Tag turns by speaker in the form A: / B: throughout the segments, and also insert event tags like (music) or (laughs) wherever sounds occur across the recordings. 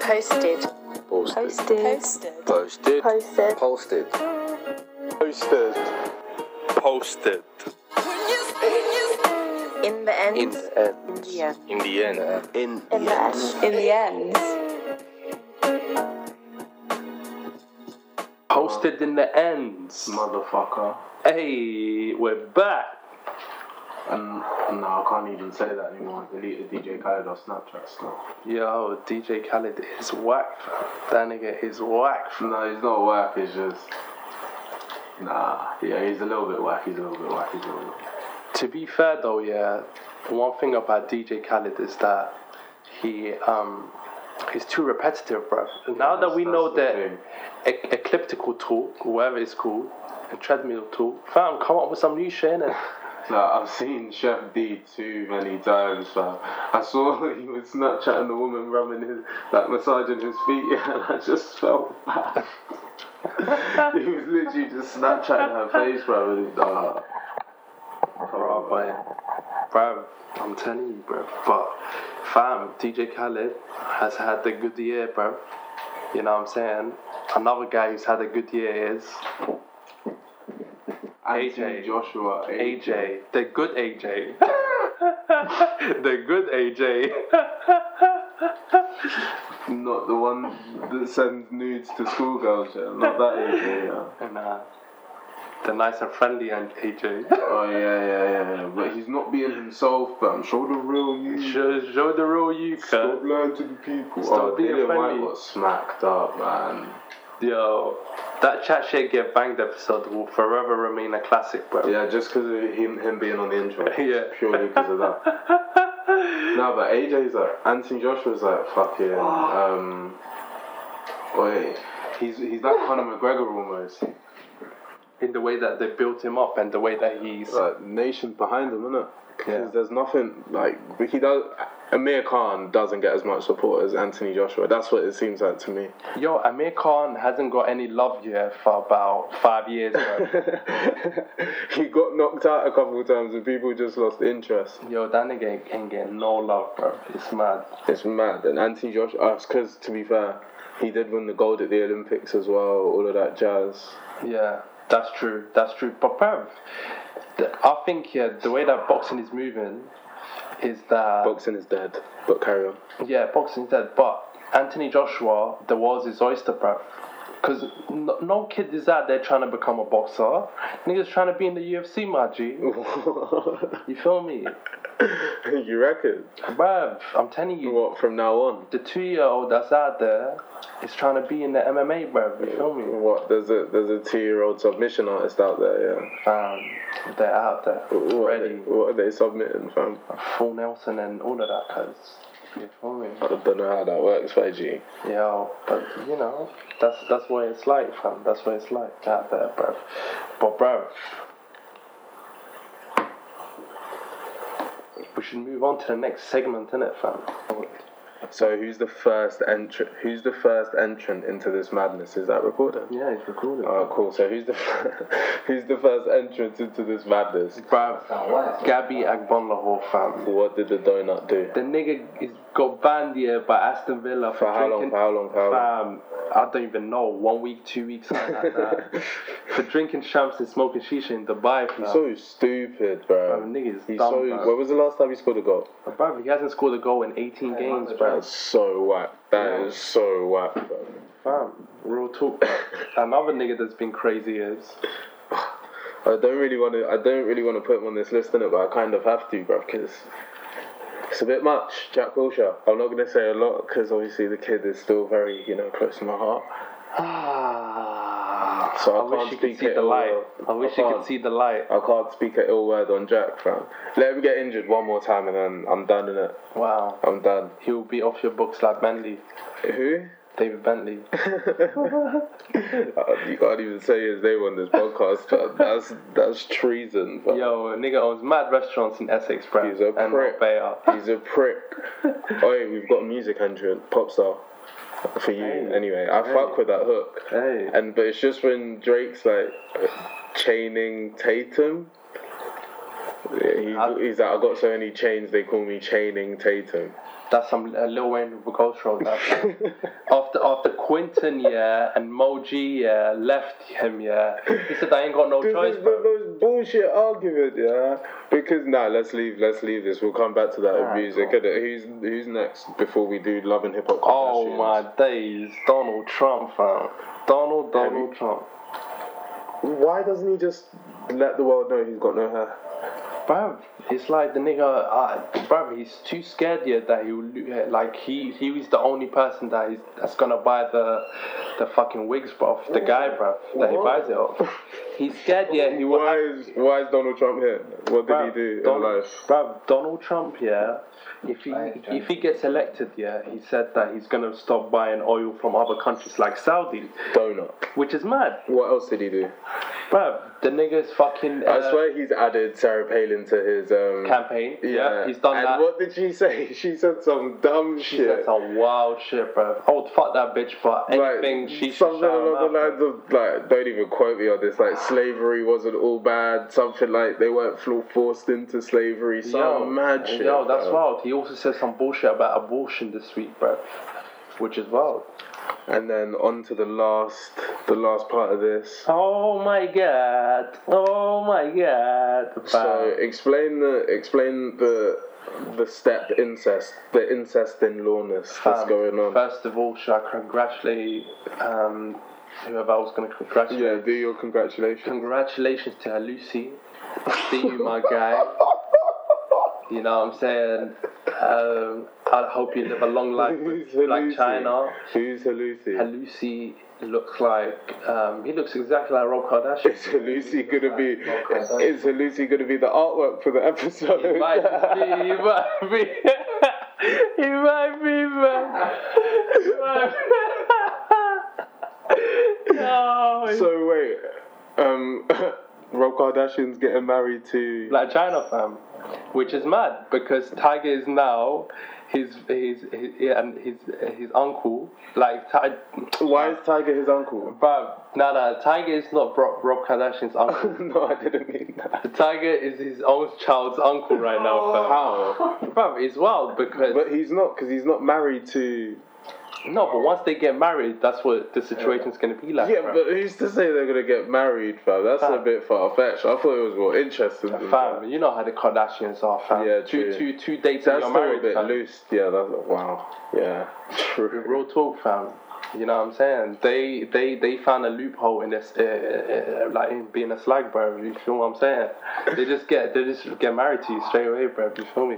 A: Posted.
B: Posted.
A: Posted.
B: Posted.
A: Posted.
B: Posted.
C: Posted. Posted.
A: In the end.
B: In the end.
A: In the
C: In
A: end.
C: the end.
B: In
A: In the end. In the end.
D: Posted in the ends.
E: Motherfucker.
D: Hey, we're back.
E: And no, I can't even say that anymore. I deleted DJ Khaled off Snapchat still.
D: Yo, DJ Khaled is whack. fam. That nigga is whack. fam.
E: No, he's not whack, he's just. Nah, yeah, he's a little bit whack, he's a little bit whack, he's a little bit.
D: To be fair though, yeah, the one thing about DJ Khaled is that he um he's too repetitive, bro. Now that we
E: that's
D: know
E: the
D: the,
E: thing.
D: e- ecliptical tool, whatever it's called, and treadmill tool, fam, come up with some new shit innit?
E: Like, I've seen Chef D too many times, fam. I saw (laughs) he was Snapchatting the woman rubbing his, like, massaging his feet, (laughs) and I just felt bad. (laughs) he was literally just Snapchatting her face, bro. And, uh,
D: Bro, but, bro, I'm telling you, bro. But, fam, DJ Khaled has had a good year, bro. You know what I'm saying? Another guy who's had a good year is
E: Anthony Joshua,
D: AJ. The good AJ. (laughs) the good AJ.
E: Not the one that sends nudes to schoolgirls, yeah. Not that AJ, yeah.
D: and, uh, the nice and friendly and AJ.
E: Oh, yeah, yeah, yeah, yeah. But he's not being himself, but I'm sure the real you.
D: show, show the real you,
E: Stop
D: cuz.
E: lying to the people.
D: uh, Stop
E: oh,
D: being
E: Dylan White
D: friendly.
E: got smacked up, man.
D: Yo, that chat shit get banged episode will forever remain a classic, bro.
E: Yeah, just because of him, him being on the intro.
D: (laughs) Yeah.
E: Purely because of
D: (laughs)
E: that. no, but AJ's like, Anthony Joshua's like, fucking,
D: Oh.
E: um, wait. He's, he's like Conor McGregor almost.
D: in the way that they built him up and the way that he's
E: like nation behind him, innit? Because
D: Yeah.
E: there's nothing like Ricky does. Amir Khan doesn't get as much support as Anthony Joshua. That's what it seems like to me. (laughs)
D: yo Amir Khan hasn't got any love here for about five years. Bro.
E: he got knocked out a couple of times and people just lost interest.
D: yo, that nigga can get no love, bro. It's mad.
E: It's mad. And Anthony Joshua, because to be fair, he did win the gold at the Olympics as well, all of that jazz.
D: Yeah, that's true. That's true. But bro, th- I think yeah, the way that boxing is moving is that
E: Boxing is dead, but carry on. (laughs)
D: yeah, boxing's dead. But Anthony Joshua, the world's his oyster, bro. Cause no, no kid is out there trying to become a boxer. Niggas trying to be in the UFC, my G. You feel me,
E: you reckon?
D: bruv? I'm telling you,
E: What, from now on?
D: the two year old that's out there is trying to be in the MMA, bro. You feel me?
E: What, there's a, there's a two year old submission artist out there, yeah.
D: Um, they're out there,
E: What are, they,
D: ready,
E: what are they submitting, fam?
D: full Nelson and all of that, cause you feel me?
E: I don't know how that works, 5G.
D: Yeah, but you know, that's that's what it's like, fam. That's what it's like out there, bro. But bro, we should move on to the next segment, innit, fam?
E: So who's the first entrant? Who's the first entrant into this madness? Is that recorded?
D: Yeah, it's recorded.
E: Oh, cool. So who's the (laughs) who's the first entrant into this madness?
D: Bruv, Gabby Agbon Lahore, fam.
E: What did the donut do?
D: The nigga is got banned here by Aston Villa for,
E: For how long?
D: drinking.
E: For how long? For how long?
D: Um, I don't even know. One week, two weeks, something like (laughs) that. for drinking champs and smoking shisha in Dubai. Fam.
E: (laughs) So stupid,
D: Bro,
E: bro.
D: nigga is
E: He's
D: Oh, dumb,
E: so.
D: bro.
E: When was the last time he scored a goal?
D: Bro, he hasn't scored a goal in 18 games, bro.
E: That's so whack. That is so whack, bro.
D: Fam, real talk, (laughs) bro. Another nigga that's been crazy is
E: I don't really want to. I don't really want to put him on this list, innit? But I kind of have to, bro, because it's a bit much. Jack Wilshere. I'm not gonna say a lot because obviously the kid is still very, you know, close to my heart.
D: ah.
E: So I
D: I, wish
E: can't
D: you could
E: speak
D: see
E: it
D: the
E: all
D: light.
E: out.
D: I wish
E: I
D: you could
E: can't.
D: see the light.
E: I can't speak an ill word on Jack, fam. Let him get injured one more time, and then I'm done in it.
D: Wow,
E: I'm done.
D: he'll be off your books like Bentley,
E: Who?
D: David Bentley. (laughs)
E: Uh, you can't even say his name on this podcast. fam. That's that's treason. Fam.
D: Yo, nigga owns mad restaurants in Essex, bro.
E: He's a
D: and
E: prick.
D: Marbella.
E: He's a
D: (laughs)
E: prick. Oi, we've got a music entrant, pop star. For you, anyway. I fuck with that hook.
D: Hey.
E: And but it's just when Drake's like chaining Tatum. Yeah, he, he's like, I got so many chains, they call me Chaining Tatum.
D: That's some uh, Lil Wayne with a Ghost Road. That
E: (laughs)
D: after after Quinton, yeah, and Moji, yeah, left him, yeah. He said I ain't got no
E: This
D: choice,
E: is the
D: bro.
E: most bullshit argument, yeah. Because nah, let's leave. Let's leave this. We'll come back to that with
D: Alright,
E: music.
D: cool.
E: innit? Who's who's next before we do love and hip hop?
D: Oh
E: Kardashians?
D: my days, Donald Trump, fam. Donald Donald
E: Heavy.
D: Trump.
E: Why doesn't he just let the world know he's got no hair?
D: Bruv, it's like the nigga, uh, bruv, he's too scared yet that he'll lo- like he he was the only person that he's that's gonna buy the the fucking wigs off the guy, bruv, that he buys
E: (laughs)
D: it off. He's scared yet he will.
E: Why is why is Donald Trump here? What did he
D: Bruv,
E: do in
D: Donald,
E: life?
D: bruv, Donald Trump, yeah. If he if he gets elected, yeah, he said that he's gonna stop buying oil from other countries like Saudi,
E: Donut.
D: which is mad,
E: What else did he do?
D: bruv. The nigga's fucking.
E: I
D: uh,
E: swear he's added Sarah Palin to his um,
D: Campaign. Yeah, he's done
E: and
D: that.
E: what did she say? (laughs) She said some dumb
D: She
E: shit.
D: said some wild shit, bro. I would fuck that bitch for
E: like,
D: anything she should
E: something
D: shout
E: along the
D: out.
E: lines of like, don't even quote me on this. Like, slavery wasn't all bad. Something like they weren't flo- forced into slavery. Some
D: Yo,
E: mad shit.
D: yo, that's
E: bro.
D: wild. He also said some bullshit about abortion this week, bro. Which is wild.
E: And then on to the last, the last part of this.
D: Oh my god. Oh my god. bruv.
E: So explain the explain the the step incest, the incest in lawness that's
D: Um,
E: going on.
D: First of all, should I congratulate um, whoever I was going to congratulate?
E: yeah, do your congratulations.
D: Congratulations to Lucy. (laughs) See you, my guy. You know what I'm saying? Um, I hope you live a long life (laughs)
E: Who's
D: (laughs) like
E: Lucy?
D: China.
E: Who's Lucy?
D: Lucy looks like um, he looks exactly like Rob Kardashian.
E: Is Lucy gonna be?
D: Kardashian.
E: Is Lucy gonna be the artwork for the episode?
D: (laughs) (laughs) He might be. He might be. (laughs) he might be, man. He might (laughs) be. no,
E: (laughs)
D: he's
E: so wait, um, (laughs) Rob Kardashian's getting married to.
D: like China fam, which is mad because Tiger is now his his, his yeah, and his his uncle like Tiger.
E: Why is Tiger his uncle? (laughs)
D: But no, no, Tiger is not Rob, Rob
E: (laughs)
D: Kardashian's uncle.
E: no, I didn't mean that.
D: Tiger is his own child's uncle right now,
E: How?
D: Oh, fam. Bruv, it's wild because
E: Oh. But he's not, because he's not married to.
D: no, but once they get married, that's what the situation's gonna be like.
E: Yeah,
D: bruv.
E: but who's to say they're gonna get married, fam? That's a
D: Fam.
E: bit far fetched. I thought it was more interesting. Than that.
D: Fam, you know how the Kardashians are, fam.
E: Yeah,
D: two,
E: true.
D: two, two dates
E: That's
D: and you're
E: still a
D: married,
E: bit
D: fam.
E: loose. Yeah, that's wow. Yeah, true.
D: Real talk, fam. You know what I'm saying? They they they found a loophole in this, uh, uh, uh, like in being a slag, bro. You feel what I'm saying? They just get they just get married to you straight away, bro. You feel me?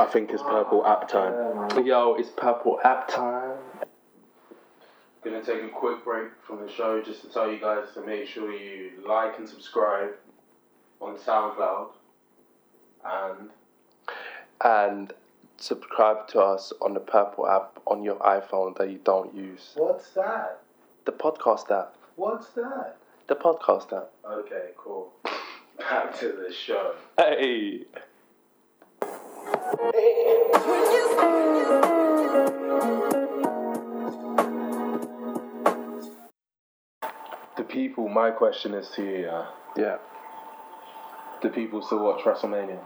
E: I think it's purple app time.
D: Yo, it's purple app time.
E: Gonna take a quick break from the show just to tell you guys to make sure you like and subscribe on SoundCloud and
D: And subscribe to us on the purple app on your iPhone that you don't use.
E: What's that?
D: The podcast app.
E: What's that?
D: The podcast app.
E: Okay, cool. (laughs) Back to the show.
D: Hey.
E: The people, my question is to you, yeah.
D: Yeah.
E: Do people still watch WrestleMania?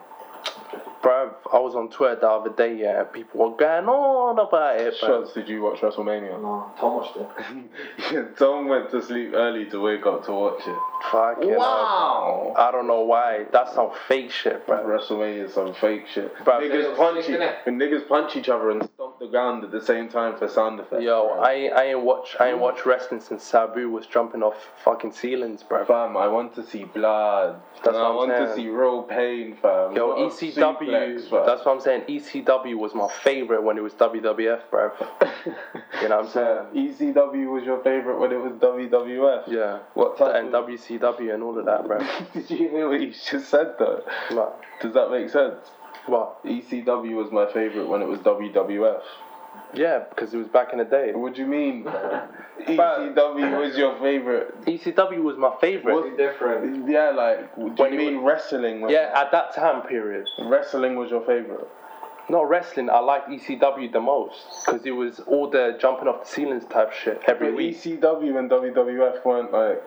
D: Bruv, I was on Twitter the other day, yeah, and people were going on about it, bruv.
E: Shots, did you watch WrestleMania?
B: No, Tom watched it.
E: (laughs) Tom went to sleep early to wake up to watch it.
D: Fucking hell. I don't know why. That's some fake shit, bruv.
E: WrestleMania is some fake shit.
D: Bruv, they
E: niggas
D: was
E: punch
D: sick,
E: each,
D: innit?
E: niggas punch each other and stomp the ground at the same time for sound effects.
D: Yo,
E: bruv.
D: I ain't, I ain't watch I ain't watch wrestling since Sabu was jumping off fucking ceilings, bruv.
E: Fam, I want to see blood.
D: That's
E: and
D: what
E: I
D: I'm
E: want to
D: saying.
E: see real pain, fam.
D: Yo, E
E: What a
D: ECW.
E: suplex, fam.
D: that's what I'm saying. ECW was my favorite when it was WWF, bruv.
E: (laughs)
D: you know what I'm saying?
E: ECW E was your favorite when it was WWF.
D: Yeah.
E: What type
D: And
E: of-
D: WCW and all of that,
E: (laughs)
D: bruv.
E: Did you hear what he just said though?
D: Like,
E: Does that make sense?
D: what?
E: ECW E was my favorite when it was WWF.
D: Yeah, because it was back in the day.
E: What do you (laughs) mean? fam? ECW E was your favorite.
D: ECW E was my favorite.
E: What-
B: Different.
E: Yeah, like, do
D: When
E: you
D: it
E: mean wrestling? was-
D: Yeah, at that time period.
E: wrestling was your favorite.
D: Not wrestling, I liked ECW the most because it was all the jumping off the ceilings type shit every
E: But E
D: week.
E: ECW and WWF weren't like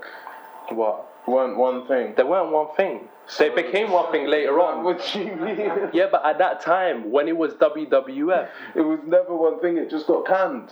D: What?
E: weren't one thing.
D: They weren't one thing. They became one thing later on.
E: What do you mean? (laughs)
D: Yeah, but at that time, when it was WWF,
E: It was never one thing, it just got canned.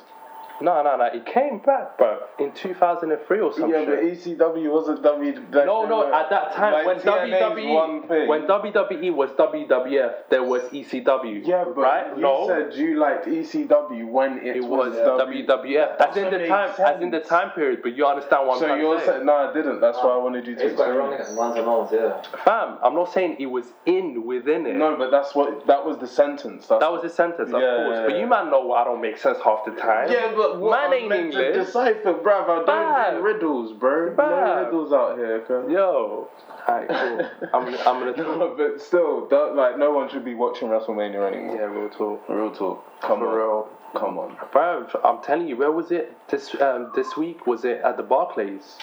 D: no, no, no, it came back, bro, in 2003 or something.
E: yeah, but E ECW wasn't WWE.
D: No, no. At that time,
E: E. Like,
D: when
E: TNA is
D: WWE,
E: one thing.
D: when E WWE was WWF, there was ECW.
E: yeah, but
D: right?
E: you
D: no,
E: said you liked ECW when it,
D: it was E.
E: W.
D: WWF. That's in
E: Doesn't
D: the
E: make
D: time, as in the
E: sense.
D: time period. But you understand what I'm
E: So
D: trying
E: you're
D: to say,
E: saying no, I didn't. That's why I wanted you to
B: It's quite
E: explain.
B: wrong in ones and ones, yeah.
D: fam. I'm not saying it was in within it.
E: No, but that's what that was the sentence. That's
D: That was the sentence, of
E: Yeah,
D: course.
E: yeah,
D: But
E: yeah.
D: you might know I don't make sense half the time.
E: Yeah, but what
D: Man
E: I'm
D: ain't
E: meant to
D: English.
E: decipher, bruv. I don't
D: Bruv.
E: do riddles, bro.
D: Bruv.
E: No riddles out here, okay?
D: Yo, alright, cool. I'm, gonna- I'm
E: (laughs)
D: gonna talk.
E: No, but still, that, like, no one should be watching WrestleMania
D: Yeah,
E: anymore.
D: real talk.
E: Real talk. Come on.
D: For real.
E: Come on.
D: Bruv, I'm telling you, where was it this um, this week? Was it at the Barclays?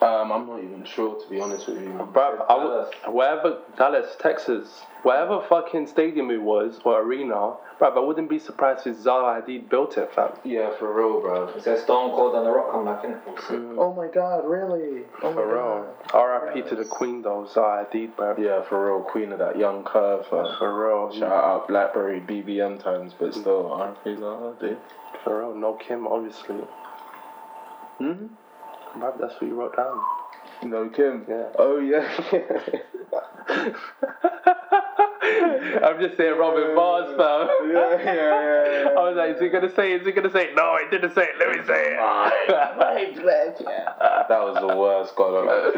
E: Um, I'm not even sure, to be honest with you.
D: Bruv, I w-
B: Dallas.
D: wherever Dallas, Texas, wherever fucking stadium it was or arena, bruv, I wouldn't be surprised if Zara Hadid built it, fam.
E: Yeah, for real, bro.
B: It says Stone Cold and The Rock come back in.
E: Oh my god, really? Oh my
D: For real. R.I.P. to the Queen though, Zara Hadid, bruv.
E: God. Yeah, for real, queen of that young curve. uh,
D: For real,
E: (laughs) Shout Mm. out Blackberry BBM times, but still, I feel like dude.
D: for real. No Kim, obviously.
E: Hmm?
D: Bruv, that's what you wrote down.
E: No Kim.
D: Yeah.
E: Oh yeah. (laughs)
D: (laughs) I'm just saying Robin Bars, fam.
E: yeah, yeah, yeah.
D: (laughs)
E: (laughs)
D: I was like, is he gonna say? it? Is he gonna say? it? No, he didn't say it. Let me say it.
E: (laughs) that was the worst God. I've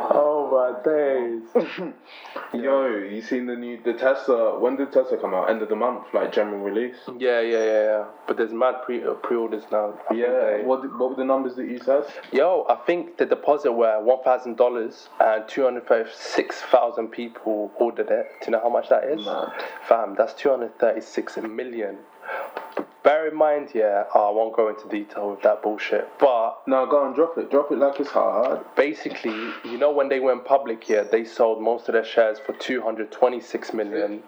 D: Oh my days.
E: ever- (laughs) Yo, you seen the new the Tesla? When did Tesla come out? End of the month, like general release.
D: Yeah, yeah, yeah, yeah. But there's mad pre uh, pre-orders now. I think
E: Yeah.
D: they-
E: What What were the numbers that you said?
D: Yo, I think the deposit were one thousand dollars, and two hundred thirty-six thousand people ordered it. Do you know how much that is?
E: Mad.
D: Fam, that's two hundred thirty-six million. Bear in mind, yeah, I won't go into detail with that bullshit, but
E: No, go on, drop it. Drop it like it's hard.
D: basically, you know, when they went public here, they sold most of their shares for 226 million.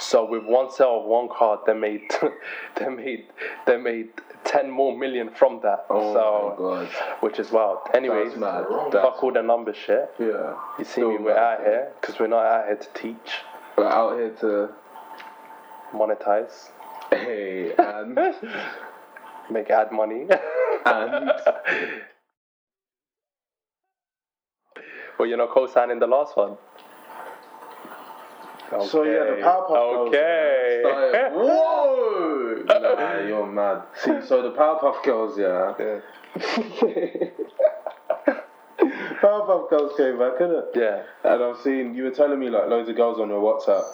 D: So with one sale of one card, they made (laughs) they made they made 10 more million from that.
E: Oh
D: so
E: my god.
D: which is wild. Anyways,
E: That's mad. That's-
D: fuck all the number shit.
E: Yeah.
D: You see me, we're out here because we're not out here to teach,
E: We're out here to
D: monetize,
E: hey (laughs) and
D: make ad money. (laughs)
E: and
D: well, you're not co-signing the last one.
E: So, yeah, the Powerpuff
D: Okay.
E: Girls,
D: Okay. (laughs)
E: like, whoa. nah, you're mad. See, so the Powerpuff Girls, yeah.
D: Yeah.
E: (laughs) Powerpuff Girls came back, innit?
D: Yeah.
E: And I've seen you were telling me like loads of girls on your WhatsApp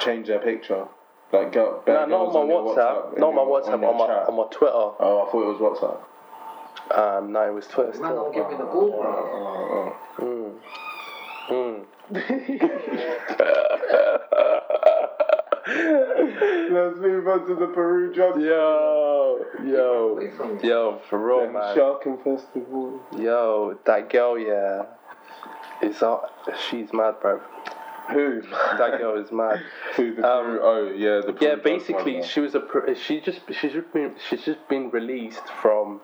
E: change their picture, like girl.
D: No,
E: bare
D: not
E: girls
D: on my
E: your
D: WhatsApp.
E: in
D: not on my
E: your-
D: WhatsApp.
E: your
D: On my,
E: chat.
D: on my Twitter.
E: Oh, I thought it was WhatsApp.
D: Um, no, it was Twitter
B: Man,
D: still.
B: don't give me the ball, bro.
E: Oh, oh.
D: Mm. Mm.
E: Let's move on to the Peru drug
D: Yo,
B: Away
D: yo,
B: from me.
D: yo, for real, man.
E: sharking festival.
D: Yo, that girl, yeah, is uh, she's mad, bro.
E: Who?
D: That girl is mad.
E: Who the
D: Um,
E: Peru? Oh, yeah, the Peru
D: Yeah,
E: drugs
D: basically,
E: one,
D: she was a pr- she just she's just been she's just been released from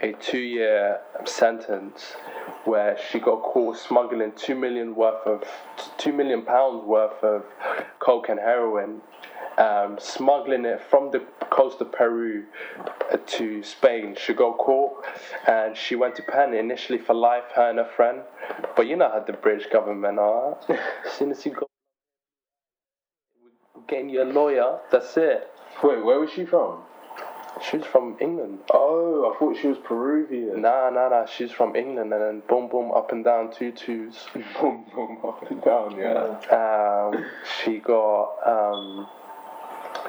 D: a two year sentence where she got caught smuggling two million worth of two million pounds worth of coke and heroin, um, smuggling it from the coast of Peru uh, to Spain. She got caught, and she went to pen initially for life. Her and her friend, but you know how the British government are. (laughs) As soon as you go getting you a lawyer, that's it.
E: yeah. Wait, where was she from?
D: She's from England.
E: Oh, I thought she was Peruvian.
D: Nah, nah, nah. She's from England, and then boom, boom, up and down, two twos.
E: (laughs) Boom, boom, up and down, yeah.
D: Um, she got um,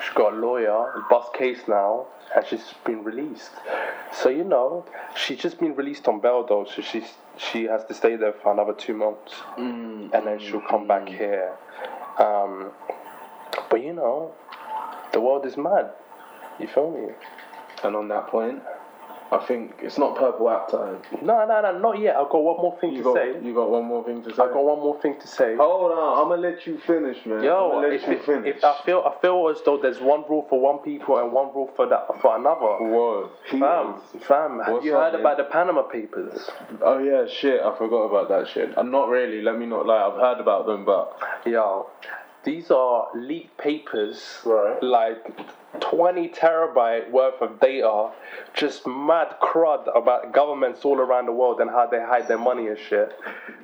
D: she got a lawyer, a bus case now, and she's been released. So you know, she's just been released on bail though, so she's she has to stay there for another two months,
E: Mm,
D: and then she'll come back here. Um, but you know, the world is mad. You feel me?
E: And on that point, I think it's not purple app time.
D: No, no, no, not yet. I've got one more thing
E: You
D: to
E: got,
D: say.
E: you got one more thing to say.
D: I've got one more thing to say.
E: Hold on, I'm gonna let you finish, man.
D: Yo,
E: I'm gonna let
D: if,
E: you
D: if-
E: finish.
D: if I feel I feel as though there's one rule for one people and one rule for that for another.
E: Whoa, he
D: Fam,
E: is-
D: fam, have
E: What's
D: you
E: up,
D: heard
E: man?
D: about the Panama Papers?
E: Oh yeah, shit. I forgot about that shit. I'm not really. Let me not lie. I've heard about them, but
D: Yo, these are leaked papers,
E: Right.
D: like 20 terabyte worth of data, just mad crud about governments all around the world and how they hide their money and shit.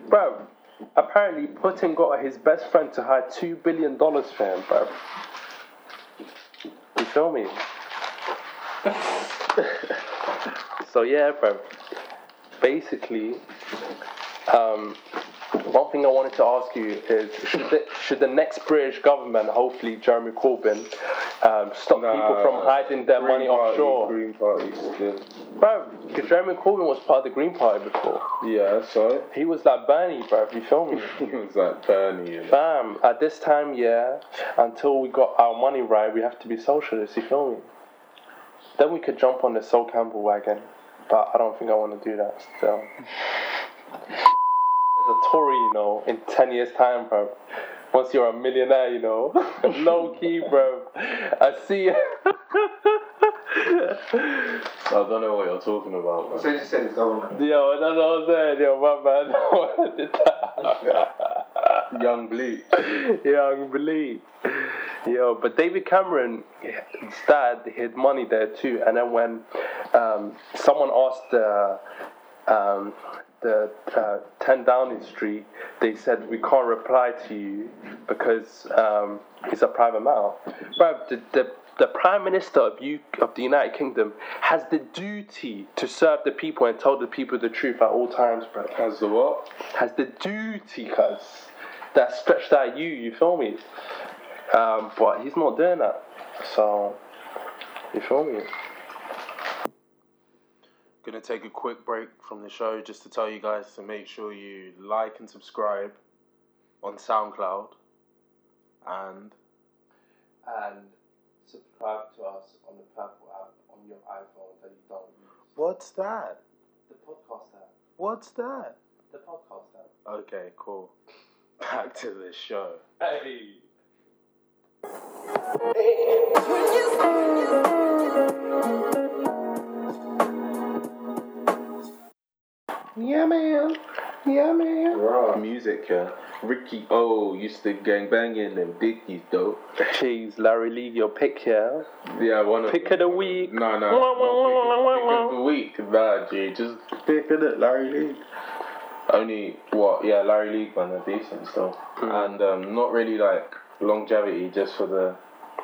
D: Bro, apparently Putin got his best friend to hide $2 billion for him, bro. You feel me? so, yeah, bro. Basically, um, one thing I wanted to ask you is should the, should the next British government, hopefully Jeremy Corbyn, um, stop
E: Nah,
D: people from hiding their
E: Green
D: money
E: Party,
D: offshore?
E: Green Party. Yeah.
D: Bro, 'cause Jeremy Corbyn was part of the Green Party before.
E: Yeah, so (laughs)
D: He was like Bernie, bro, you feel me?
E: he was like Bernie. you know.
D: Bam, at this time, yeah, until we got our money right, we have to be socialists, you feel me? Then we could jump on the Sol Campbell wagon, but I don't think I want to do that still. As a Tory, you know, in 10 years' time, bro. Once you're a millionaire, you know, (laughs) low key, bro. I see
E: I don't know what you're talking about. Man.
B: So you said it's government.
D: (laughs) Yo, that's what I'm saying, yo, my (laughs) man. I did that.
E: Young Bleak.
D: yeah, I can believe. Yo, but David Cameron's dad hid money there too. And then when um, someone asked the um, the uh, Ten Downing Street, they said we can't reply to you because um, it's a private matter. But the, the the Prime Minister of U- of the United Kingdom has the duty to serve the people and tell the people the truth at all times, bro
E: As the what?
D: has the duty, cuz that stretched out you. You feel me? Um, but he's not doing that. So you feel me?
E: Gonna take a quick break from the show just to tell you guys to make sure you like and subscribe on SoundCloud and
D: And subscribe to us on the Purple app on your iPhone that you don't use.
E: what's that?
D: The podcast app.
E: What's that?
D: The podcast app.
E: Okay, cool. (laughs) Back to the show.
D: Hey.
E: Yeah, man. Yeah, man.
B: Right.
E: Music, yeah. Ricky O used to gang banging them dickies, though.
D: Cheese, Larry League, your pick here.
E: Yeah, one of
D: Pick of the week.
E: No, no. no pick, of- pick of the week, nah, G. Just pick it, Larry League. Only what? Yeah, Larry League man, they're decent still,
D: Hmm.
E: and um, not really like longevity, just for the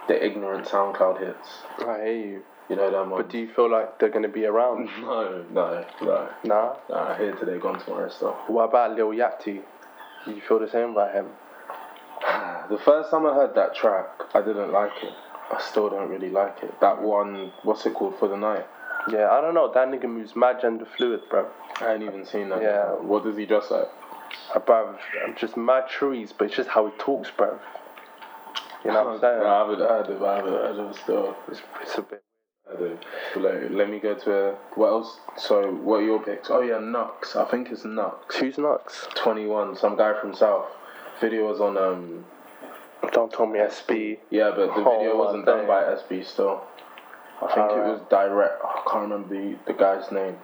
E: the ignorant SoundCloud hits.
D: I hear you.
E: You know them
D: But
E: ones.
D: do you feel like they're gonna be (laughs) around?
E: (laughs) No, no, no.
D: nah.
E: Nah, here today, gone tomorrow still. (sighs)
D: What about Lil Yachty? You feel the same about him?
E: The first time I heard that track, I didn't like it. I still don't really like it. That one, what's it called for the night?
D: Yeah, I don't know. That nigga moves mad gender fluid, bro.
E: I ain't even seen that.
D: Yeah.
E: What does he dress like?
D: Uh, Bruv, I'm just mad trees, but it's just how he talks, bruv. You know (laughs) what I'm saying?
E: I haven't heard it. I haven't heard it still.
D: It's, it's a bit.
E: I do. Let, let me go to uh, what else? So, what are your picks? Oh yeah, Nux. I think it's Nux.
D: Who's nuts?
E: Twenty one. Some guy from South. Video was on. Um.
D: Don't tell me SB.
E: Yeah, but the
D: Oh,
E: video wasn't
D: damn.
E: done by SB still. I think it
D: Alright.
E: was direct. I can't remember the, the guy's name,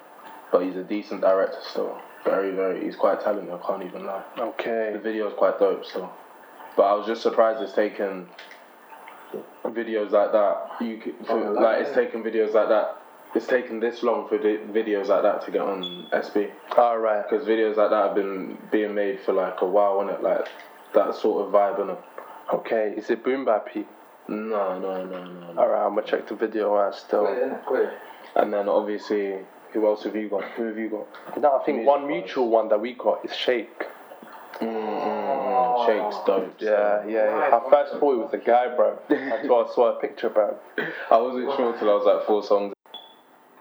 E: but he's a decent director still. Very, very. He's quite talented. I can't even lie.
D: Okay.
E: The video is quite dope still. But I was just surprised it's taken videos like that. You c for,
D: Oh,
E: like it's taken videos like that. It's taken this long for vi- videos like that to get on SB
D: Alright.
E: because videos like that have been being made for like a while, and it like that sort of vibe and
D: Okay. Is it Boom Bappy?
E: no, no, no, no. no.
D: Alright, I'm gonna check the video out
B: Wait,
D: still.
B: isn't it? Wait.
E: And then obviously, who else have you got? Who have you got?
D: No, I think one
E: Music-wise.
D: mutual one that we got is Shake.
E: Mm, Shakes dope.
D: Oh, Yeah, yeah, yeah. I first thought it was a guy, bro. Until I saw a picture, bro.
E: I wasn't sure till I was like four songs.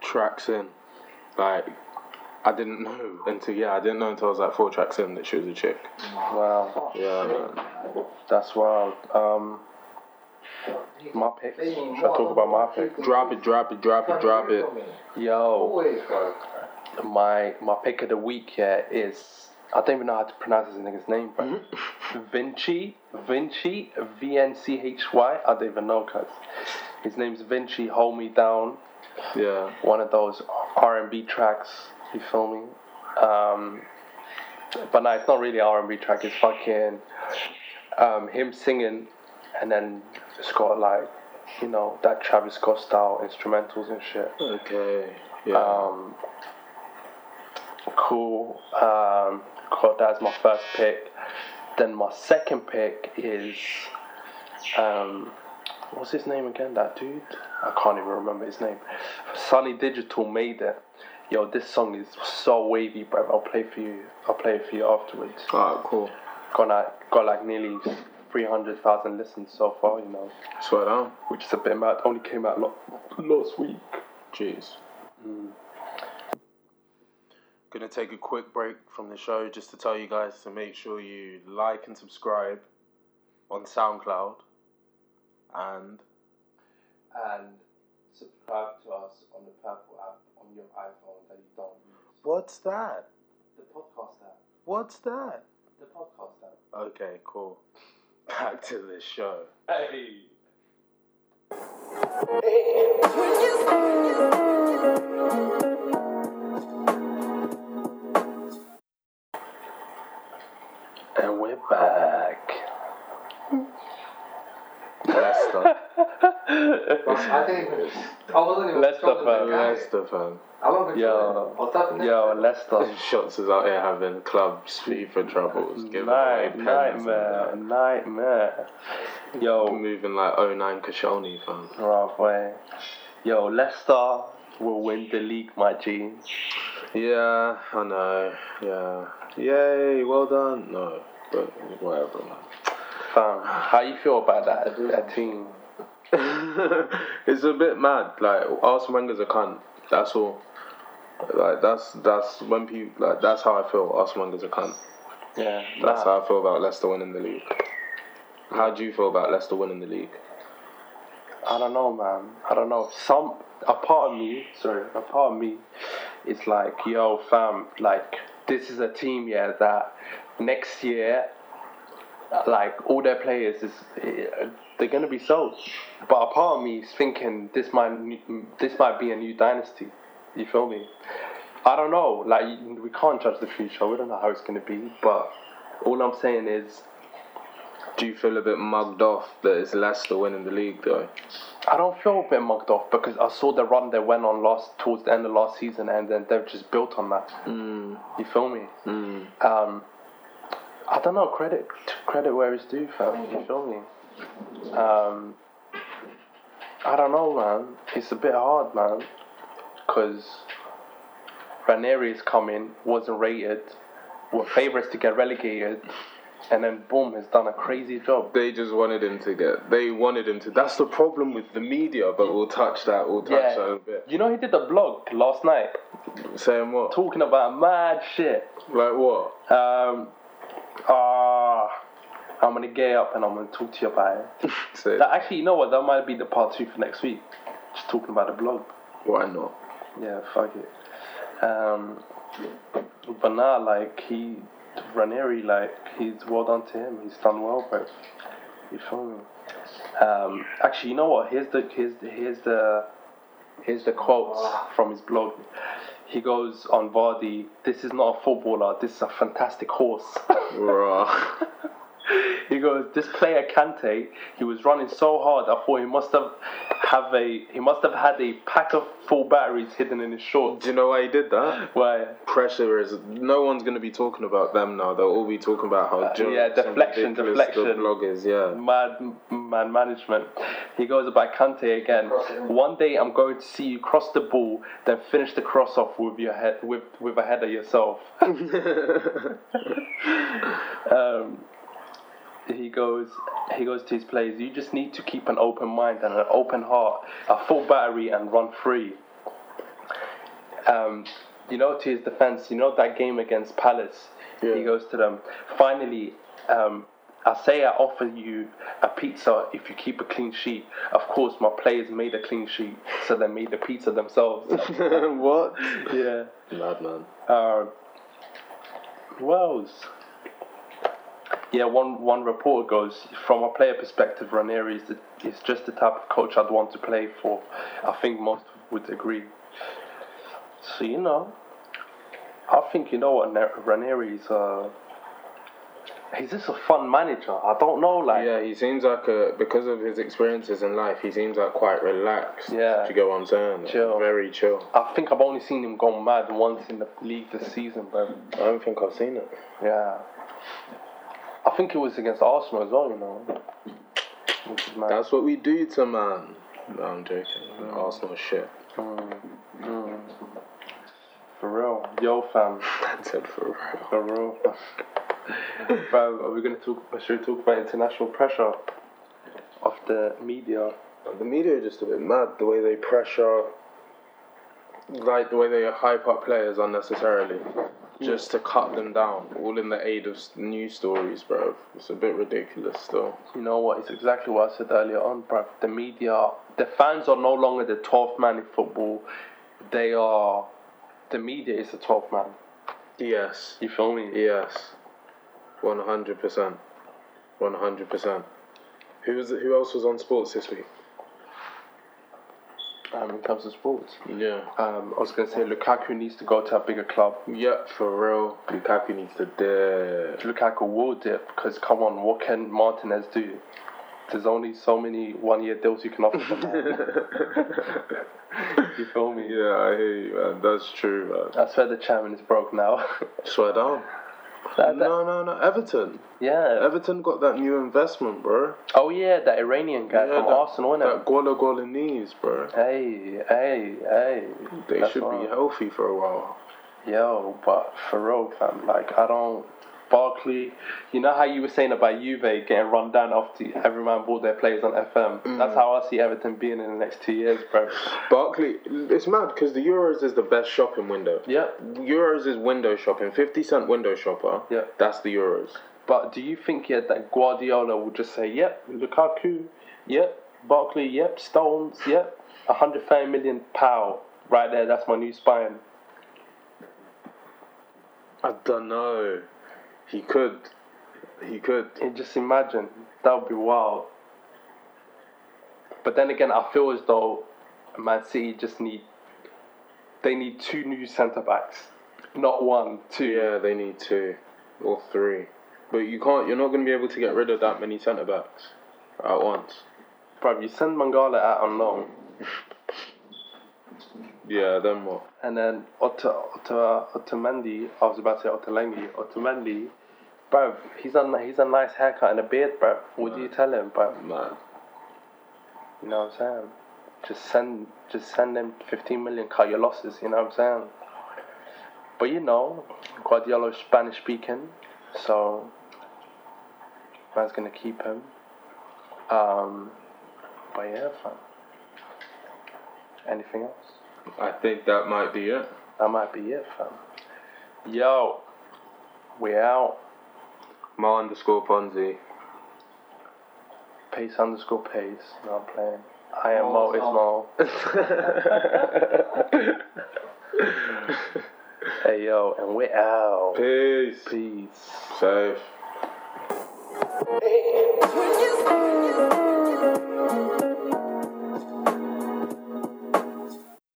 E: Tracks in. Like, I didn't know until, yeah, I didn't know until I was like four tracks in that she was a chick.
D: Wow.
E: Yeah, man.
D: That's wild. Um, My pick. Should I talk about my pick?
E: Drop it, drop it, drop it, drop it.
D: Yo,
B: Always, bro.
D: my my pick of the week yeah is I don't even know how to pronounce this nigga's name, bro. Vinci, Vinci, V N C H Y. I don't even know, cause his name's Vinci. Hold me down.
E: Yeah.
D: one of those R and B tracks. You feel me? Um, but no, it's not really R and B track. It's fucking um, him singing, and then it's got like you know that Travis Scott style instrumentals and shit.
E: Okay. Yeah.
D: Um, cool. Um, cool. That's my first pick. Then my second pick is um, what's his name again? That dude. I can't even remember his name. Sunny Digital made it. Yo, this song is so wavy, bro. I'll play for you. I'll play it for you afterwards.
E: Alright, cool.
D: Got like got like nearly three hundred thousand listens so far. You know,
E: Swear down.
D: which is a bit mad. Only came out lo- last week.
E: Jeez. Hmm. Gonna take a quick break from the show just to tell you guys to make sure you like and subscribe on SoundCloud and
D: and subscribe to us on the Purple app on your iPhone that you don't use.
E: what's that?
D: The podcast app.
E: What's that?
D: The podcast app.
E: Okay, cool. Back to the show.
D: Hey! And we're back.
E: (laughs) Leicester.
B: Bro, I didn't even. I wasn't even.
D: Let's
B: shocked
D: stop,
B: that
D: uh,
B: they got it.
E: Leicester fan.
B: I love it.
D: Yo.
B: What's happening?
D: Yo,
B: (laughs)
D: Leicester.
E: Shots is out here having clubs, FIFA troubles, giving away
D: Night,
E: pens and
D: nightmare, nightmare.
E: that.
D: Yo,
E: Moving like 09 Kashani fan.
D: halfway. Yo, Leicester will win the league, my G.
E: Yeah, I know. Yeah. Yay, well done. No, but whatever,
D: Fam, how you feel about that, that team?
E: man. (laughs) it's a bit mad. Like Arsene Wenger's a cunt. That's all. Like that's that's when people like that's how I feel. Arsene Wenger's a cunt.
D: Yeah,
E: That's
D: nah.
E: how I feel about Leicester winning the league. How do you feel about Leicester winning the league?
D: I don't know, man. I don't know. Some a part of me, sorry, a part of me, is like, yo, fam, like this is a team, yeah, that next year, like all their players is eh, they're gonna be sold. But a part of me is thinking this might this might be a new dynasty. You feel me? I don't know. Like we can't judge the future. We don't know how it's gonna be. But all I'm saying is,
E: Do you feel a bit mugged off that it's Leicester winning the league though?
D: I don't feel a bit mugged off because I saw the run they went on last towards the end of last season, and then they've just built on that. You feel me? Um, I don't know. Credit credit where it's due, fam. You feel me? Um, I don't know, man. It's a bit hard, man, because Ranieri's coming wasn't rated, were favourites to get relegated, and then boom, has done a crazy job.
E: They just wanted him to get. They wanted him to. That's the problem with the media. But we'll touch that. We'll touch that in a bit.
D: You know he did a blog last night.
E: Saying what?
D: talking about mad shit.
E: Like what?
D: Um, ah, I'm gonna get up and I'm gonna talk to you about it.
E: Say
D: That- actually, you know what? That might be the part two for next week. Just talking about the blog.
E: why not?
D: Yeah, fuck it. Um, but now, like he, Ranieri, like he's well done to him. He's done well, bro. You feel me? Um, actually, you know what? Here's the here's the, here's the here's the quotes from his blog. He goes on Vardy. This is not a footballer. This is a fantastic horse. (laughs)
E: Bruh. (laughs)
D: He goes, this player Kante, he was running so hard. I thought he must have have a he must have had a pack of full batteries hidden in his shorts.
E: Do you know why he did that?
D: Why?
E: Pressure is. No one's gonna be talking about them now. They'll all be talking about how. joke
D: yeah, deflection,
E: The
D: deflection.
E: blog is yeah.
D: Mad man management. He goes about Kante again. One day I'm going to see you cross the ball, then finish the cross off with your head with with a header yourself. um, he goes he goes to his players. You just need to keep an open mind and an open heart, a full battery, and run free. Um, you know, to his defense, you know that game against Palace.
E: Yeah.
D: He goes to them. Finally, um, I say I offer you a pizza if you keep a clean sheet. Of course, my players made a clean sheet, so they made the pizza themselves.
E: (laughs) what?
D: yeah.
E: Madman.
D: Uh, who else? Yeah, one one reporter goes from a player perspective. Ranieri is, the, is just the type of coach I'd want to play for. I think most would agree. So you know, I think you know what Na- Ranieri is. Uh, he's just a fun manager. I don't know, like
E: Yeah, he seems like a because of his experiences in life, he seems like quite relaxed.
D: Yeah.
E: Do you get what I'm saying?
D: Chill.
E: Very chill.
D: I think I've only seen him go mad once in the league this season, but
E: I don't think I've seen it.
D: yeah, I think it was against Arsenal as well. You know, which is mad.
E: That's what we do to man. No, I'm joking. Arsenal shit.
D: For real. Yo, fam.
E: I said for real.
D: For (laughs) real. Bro, are we going to talk, should we talk about international pressure of the media?
E: The media are just a bit mad the way they pressure, like the way they hype up players unnecessarily, just to cut them down, all in the aid of s- news stories, bro. It's a bit ridiculous still.
D: You know what? It's exactly what I said earlier on, bro. The media, the fans are no longer the 12th man in football. They are, the media is the 12th man.
E: Yes.
D: You feel me?
E: Yes. One hundred percent. One hundred percent. Who was who else was on sports this week?
D: Um, in terms of sports.
E: Yeah.
D: Um, I was going to say Lukaku needs to go to a bigger club.
E: Yep, for real. Lukaku needs to dip.
D: Lukaku will dip because come on, what can Martinez do? There's only so many one-year deals you can offer. the
E: (laughs)
D: man. you feel me?
E: Yeah, I hear you, man. That's true, man.
D: I swear the chairman is broke now. (laughs)
E: Swear down.
D: That- that-
E: No, no, no. Everton.
D: yeah.
E: Everton got that new investment, bro.
D: Oh yeah, that Iranian guy
E: Yeah,
D: from
E: that-
D: Arsenal, is
E: That Guala Golanese, bro.
D: Hey, hey, hey.
E: They
D: That's
E: should be
D: all.
E: healthy for a while.
D: Yo, but for real, fam, like I don't. Barkley, you know how you were saying about Juve getting run down after every man bought their players on FM.
E: Mm.
D: That's how I see Everton being in the next two years, bro.
E: Barkley, it's mad because the Euros is the best shopping window.
D: Yep.
E: Euros is window shopping. 50 cent window shopper.
D: Yeah.
E: That's the Euros.
D: But do you think yet that Guardiola will just say, "Yep, Lukaku, yep, Barkley, yep, Stones, yep, 130 million pow, right there, that's my new spine."
E: I don't know. He could. He could.
D: And just imagine that would be wild. But then again, I feel as though Man City just need they need two new centre backs, not one, two.
E: Yeah, they need two or three. But you can't. You're not going to be able to get rid of that many centre backs at once.
D: Bro, you send Mangala out on loan,
E: Yeah. Then what?
D: and then Otto Otto Otamendi. I was about to say Ottolenghi. Otamendi. Bro, he's a he's a nice haircut and a beard, bro. What do you tell him, bro?
E: Man.
D: You know what I'm saying? Just send just send them 15 million, cut your losses, you know what I'm saying? But you know, Guardiola's Spanish speaking, so man's gonna keep him. Um, but yeah, fam. Anything else?
E: I think that might be it.
D: That might be it, fam. Yo, we out.
E: Ma underscore Ponzi.
D: Pace underscore pace. No, I'm playing. I am Mo Ismail. (laughs) hey yo, and we're out.
E: Peace.
D: Peace.
E: Safe.
A: When you-